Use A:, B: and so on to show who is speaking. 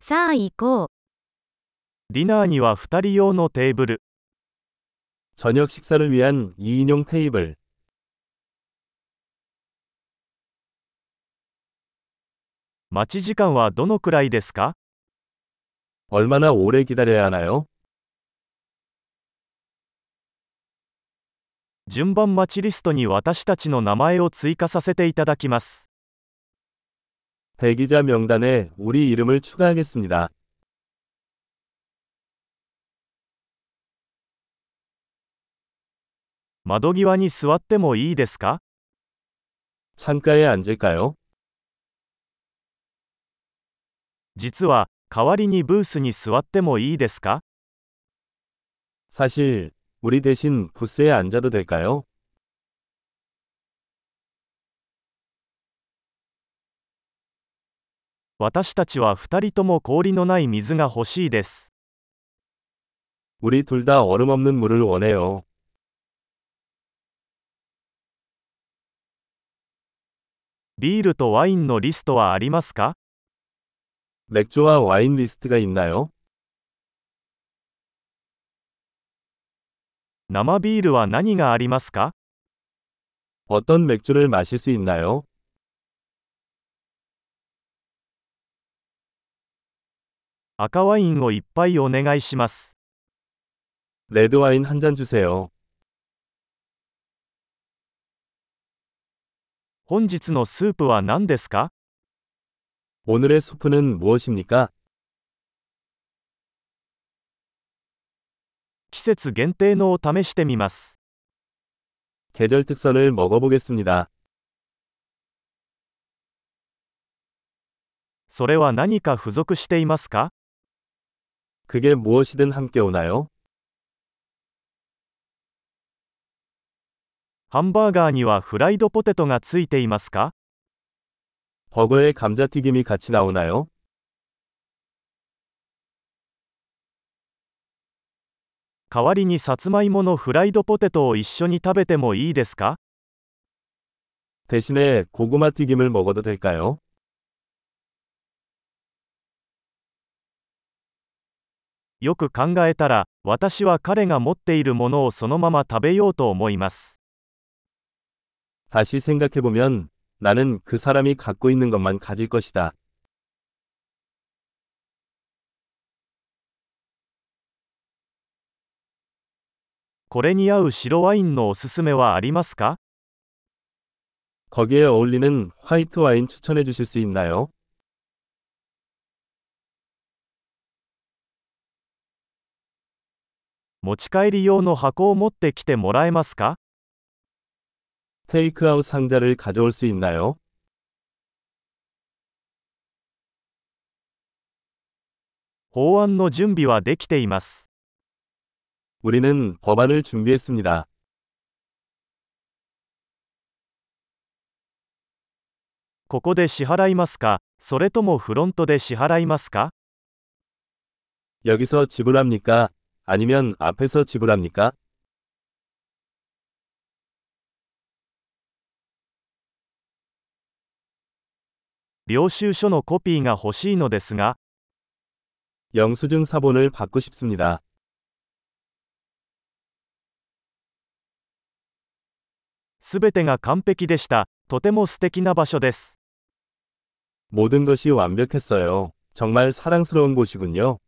A: さあ行こう。
B: ディナーには2人用のテーブル、
C: 저녁 식사를 위한 2인용 테이블,
B: 待ち時間はどのくらいですか
C: 얼마나 오래 기다려야 하나요?
B: 順番待ちリストに私たちの名前を追加させていただきます。
C: 대기자 명단에 우리 이름을 추가하겠습니다.
B: 窓際に座ってもいいですか
C: 창가에 앉을까요?
B: 実は、代わりにブースに座ってもいいですか
C: 사실, 우리 대신 부스에 앉아도 될까요?
B: 私たちは2人とも氷のない水が欲しいです。
C: 우리 둘 다 얼음 없는 물을 원해요.
B: ビールとワインのリストはありますか
C: 맥주와 와인 리스트가 있나요?
B: 生ビールは何がありますか
C: 어떤 맥주를 마실 수 있나요?
B: 赤ワインをいっぱいお願いします。
C: 레드 와인 한 잔 주세요.
B: 本日のスープは何ですか
C: 오늘의 수프는 무엇입니까?
B: 季節限定のを試してみます。
C: 계절 특선을 먹어보겠습니다.
B: それは何か付属していますか
C: 그게 무엇이든 함께 오나요?
B: ハンバーガーにはフライドポテトがついていますか
C: 버거에 감자튀김이 같이 나오나요?
B: 代わりにさつまいものフライドポテトを一緒に食べてもいいですか
C: 대신에 고구마 튀김을 먹어도 될까요?
B: よく考えたら、私は彼が持っているものをそのまま食べようと思います。
C: 다시 생각해보면 나는 그 사람이 갖고 있는 것만 가질 것이다.
B: これに合う白ワインのおすすめはありますか
C: 거기에 어울리는 화이트 와인 추천해 주실 수 있나요?
B: 持ち帰り用の箱を持ってきてもらえますか
C: 테이크아웃 상자를 가져올 수 있나요?
B: 法案の準備はできています。
C: 우리는 법안을 준비했습니다.
B: ここで支払いますかそれともフロントで支払いますか
C: 여기서 지불합니까? 아니면 앞에서 지불합니까?
B: 領収書のコピーが欲しいのですが、
C: 영수증 사본을 받고 싶습니다.
B: すべてが完璧でした。とても素敵な場所です。
C: 모든 것이 완벽했어요. 정말 사랑스러운 곳이군요.